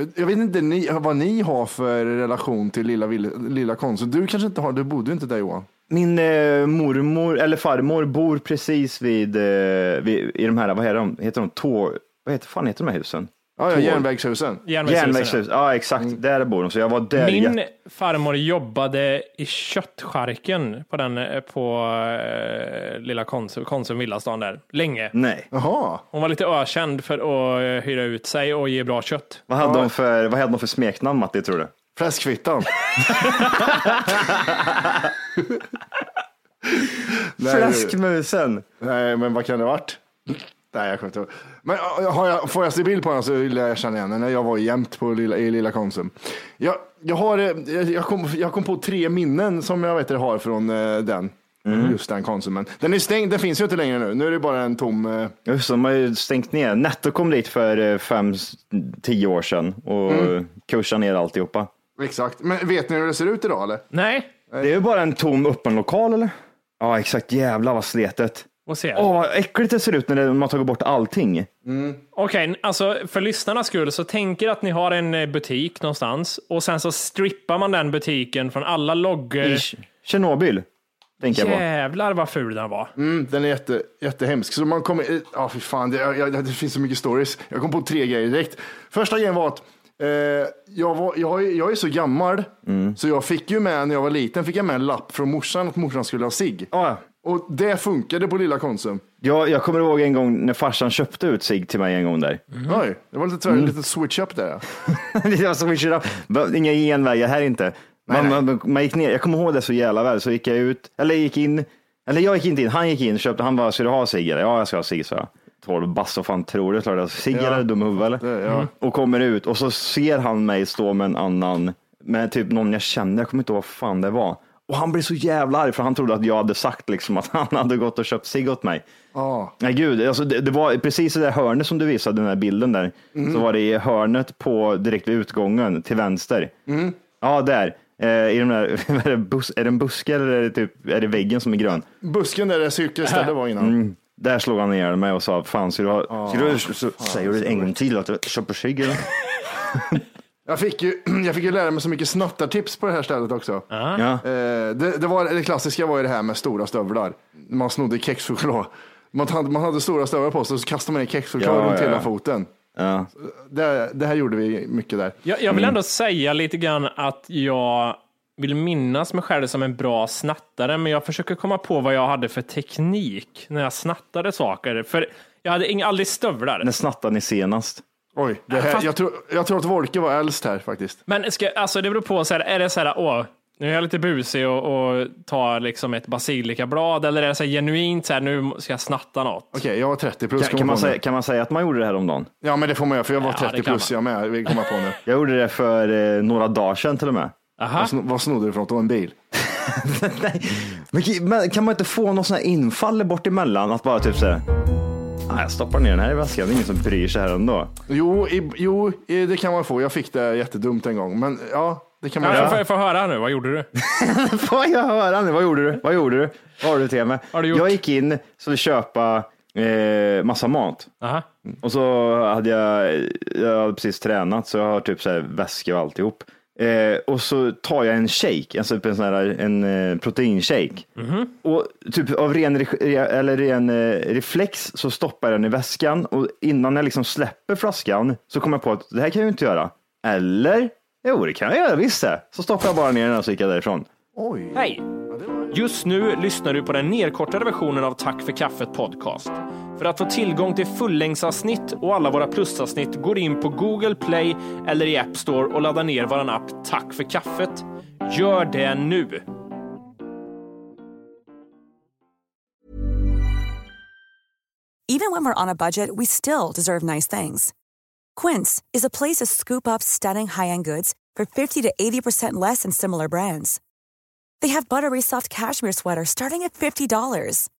[SPEAKER 3] Eh, Jag vet inte ni, vad ni har för relation till lilla, Vill- lilla Konsum. Du kanske inte har, du bodde inte där Johan?
[SPEAKER 5] Min eh, mormor, eller farmor, bor precis vid, eh, vid i de här, vad heter de? Heter de tå, vad heter, fan heter de här husen?
[SPEAKER 3] Ja, ja
[SPEAKER 5] Tåg.
[SPEAKER 3] järnvägshusen.
[SPEAKER 1] järnvägshusen,
[SPEAKER 5] Järnvägshus. Ja, exakt. Där bor de. Så jag var
[SPEAKER 1] ja.
[SPEAKER 5] där.
[SPEAKER 1] Min farmor jobbade i köttcharken på, den, eh, på eh, lilla Konsum, Konsum Villastan där, länge.
[SPEAKER 5] Nej.
[SPEAKER 3] Jaha,
[SPEAKER 1] Hon var lite ökänd för att eh, hyra ut sig och ge bra kött.
[SPEAKER 5] Vad hade, de för, vad hade de för smeknamn Matti, tror du?
[SPEAKER 3] fläskfittan. Nej,
[SPEAKER 5] Fläskmusen.
[SPEAKER 3] Nej, men vad kan det ha varit? Nej, jag kommer inte ihåg. Men äh, har jag, får jag se bild på den så vill jag känna igen henne. Jag var jämt på lilla, i lilla Konsum. Jag, jag, har, eh, jag, jag kom, jag kom på tre minnen som jag vet det har från eh, den. Just den Konsumen. Den är stängd, den finns ju inte längre nu. Nu är det bara en tom. eh,
[SPEAKER 5] Just det, de har ju stängt ner. Netto kom dit för eh, fem, s- tio år sedan och mm. kursade ner alltihopa.
[SPEAKER 3] exakt. Men vet ni hur det ser ut idag eller?
[SPEAKER 1] Nej,
[SPEAKER 5] Det är ju bara en tom öppen lokal eller? Ja, exakt. Jävlar vad sletet.
[SPEAKER 1] och se.
[SPEAKER 5] Åh, vad äckligt det ser ut när det- man tagit bort allting.
[SPEAKER 1] Okej, alltså för lyssnarnas skull, så tänker att ni har en eh, butik någonstans och sen så strippar man den butiken från alla
[SPEAKER 5] I
[SPEAKER 1] loggor.
[SPEAKER 5] Ch- Tjernobyl, tänker jag på.
[SPEAKER 1] Jävlar vad ful den var.
[SPEAKER 3] Mm, den är jätte, jättehemsk. Så man kommer, eh, ja fy fan, det, jag, jag, det finns så mycket stories. Jag kom på tre grejer direkt. Första grejen var att eh, jag, var, jag, är- jag är så gammal, så jag fick ju med, när jag var liten, fick jag med en lapp från morsan att morsan skulle ha sig.
[SPEAKER 5] Ja,
[SPEAKER 3] Och det funkade på lilla Konsum.
[SPEAKER 5] Ja, jag kommer ihåg en gång när farsan köpte ut sig till mig en gång där.
[SPEAKER 3] Oj, det var lite, tvär, lite switch-up där. ja.
[SPEAKER 5] [laughs] Det var som att köra- bara, Inga genvägar här inte. Man, man, man gick ner, jag kommer ihåg det så jävla väl, så gick jag ut, eller gick in, eller jag gick inte in, han gick in, köpte, han bara, ska du ha cigg eller? Ja, jag ska ha cigg, sa jag. 12 bass, vad fan tror du? Klart jag Cigg
[SPEAKER 3] Ja.
[SPEAKER 5] eller dum i huvudet eller? Mm.
[SPEAKER 3] Det, ja.
[SPEAKER 5] Och kommer ut och så ser han mig stå med en annan, med typ någon jag känner, jag kommer inte ihåg vad fan det var. Och han blev så jävla arg för han trodde att jag hade sagt liksom att [laughs] han hade gått och köpt cigg åt mig.
[SPEAKER 3] Ja.
[SPEAKER 5] Nej gud, alltså det, det var precis i det hörnet som du visade, den där bilden där. Så var det i hörnet på, direkt vid utgången till vänster. Ja, där. Eh, i de där, [laughs] är, det bus, är det en buske eller är det, typ, är det väggen som är grön?
[SPEAKER 3] Busken där det cirkelstället var innan.
[SPEAKER 5] Där slog han ihjäl mig och sa, Ah, fan ska du ha, ska du, så, säger du det en gång till att du köper cigg eller?
[SPEAKER 3] Jag fick, ju, [clears throat] jag fick ju lära mig så mycket snattartips på det här stället också.
[SPEAKER 5] Ja.
[SPEAKER 3] Eh, det, det, var, det klassiska var ju det här med stora stövlar. Man snodde kexchoklad. Man hade, man hade stora stövlar på sig och så kastade man en kexchoklad
[SPEAKER 5] Ja,
[SPEAKER 3] runt
[SPEAKER 5] ja,
[SPEAKER 3] hela
[SPEAKER 5] ja.
[SPEAKER 3] foten.
[SPEAKER 5] Ja.
[SPEAKER 3] Det, det här gjorde vi mycket där.
[SPEAKER 1] Jag, jag vill ändå säga lite grann att jag vill minnas mig själv som en bra snattare, men jag försöker komma på vad jag hade för teknik när jag snattade saker. För jag hade ing, aldrig stövlar.
[SPEAKER 5] När snattade ni senast?
[SPEAKER 3] Oj, det här,
[SPEAKER 1] Fast-
[SPEAKER 3] jag, tror, jag tror att Wolke var äldst här faktiskt.
[SPEAKER 1] Men ska, alltså det beror på, så här, är det så här, åh, nu är jag lite busig och, och tar liksom ett basilikablad, eller är det så här, genuint så här, nu ska jag snatta något?
[SPEAKER 3] Okej, jag var 30 plus. kommer
[SPEAKER 5] Kan, kan, man
[SPEAKER 3] på nu.
[SPEAKER 5] säga, kan man säga att man gjorde det här om dagen?
[SPEAKER 3] Ja, men det får man göra för jag var
[SPEAKER 1] Ja,
[SPEAKER 3] 30
[SPEAKER 1] det kan
[SPEAKER 3] plus jag med. Vi kommer på nu.
[SPEAKER 5] Jag gjorde det för eh, några dagar sedan till och med.
[SPEAKER 1] Aha.
[SPEAKER 3] Vad sno- Vad snodde du för något? Det var en bil.
[SPEAKER 5] Nej, men, ki- men kan man inte få någon sån här infall bort emellan? Att bara typ såhär, "Ah, jag stoppar ner den här i väskan, det är ingen som bryr sig här ändå. [laughs]
[SPEAKER 3] Jo, i, jo i, det kan man få. Jag fick det jättedumt en gång. Men ja, det kan man
[SPEAKER 1] Ja,
[SPEAKER 3] göra.
[SPEAKER 1] jag får, jag får höra nu, vad gjorde du?
[SPEAKER 5] Får jag höra nu? Vad gjorde du? Vad gjorde du? Vad har du till mig?
[SPEAKER 1] Har du gjort?
[SPEAKER 5] Jag gick in så köpa eh, massa mat.
[SPEAKER 1] Aha.
[SPEAKER 5] Och så hade jag, jag hade precis tränat så jag har typ så här väskor och alltihop. Eh, och så tar jag en shake, alltså typ en sån här en eh, proteinshake. Och typ av ren, re- eller ren eh, reflex så stoppar jag den i väskan och innan jag liksom släpper flaskan så kommer jag på att det här kan jag ju inte göra. Eller? Jo, det kan jag göra visst det. Så stoppar jag bara ner den och så gick jag därifrån.
[SPEAKER 3] Oj.
[SPEAKER 1] Hej! Just nu lyssnar du på den nedkortade versionen av Tack för kaffet podcast. För att få tillgång till fullängdsavsnitt och alla våra plusavsnitt går in på Google Play eller i App Store och laddar ner vår app Tack för kaffet. Gör det nu!
[SPEAKER 7] Even when we're on a budget, we still deserve nice things. Quince is a place to scoop up stunning high-end goods for 50 to 80% less than similar brands. They have buttery soft cashmere sweaters starting at $50,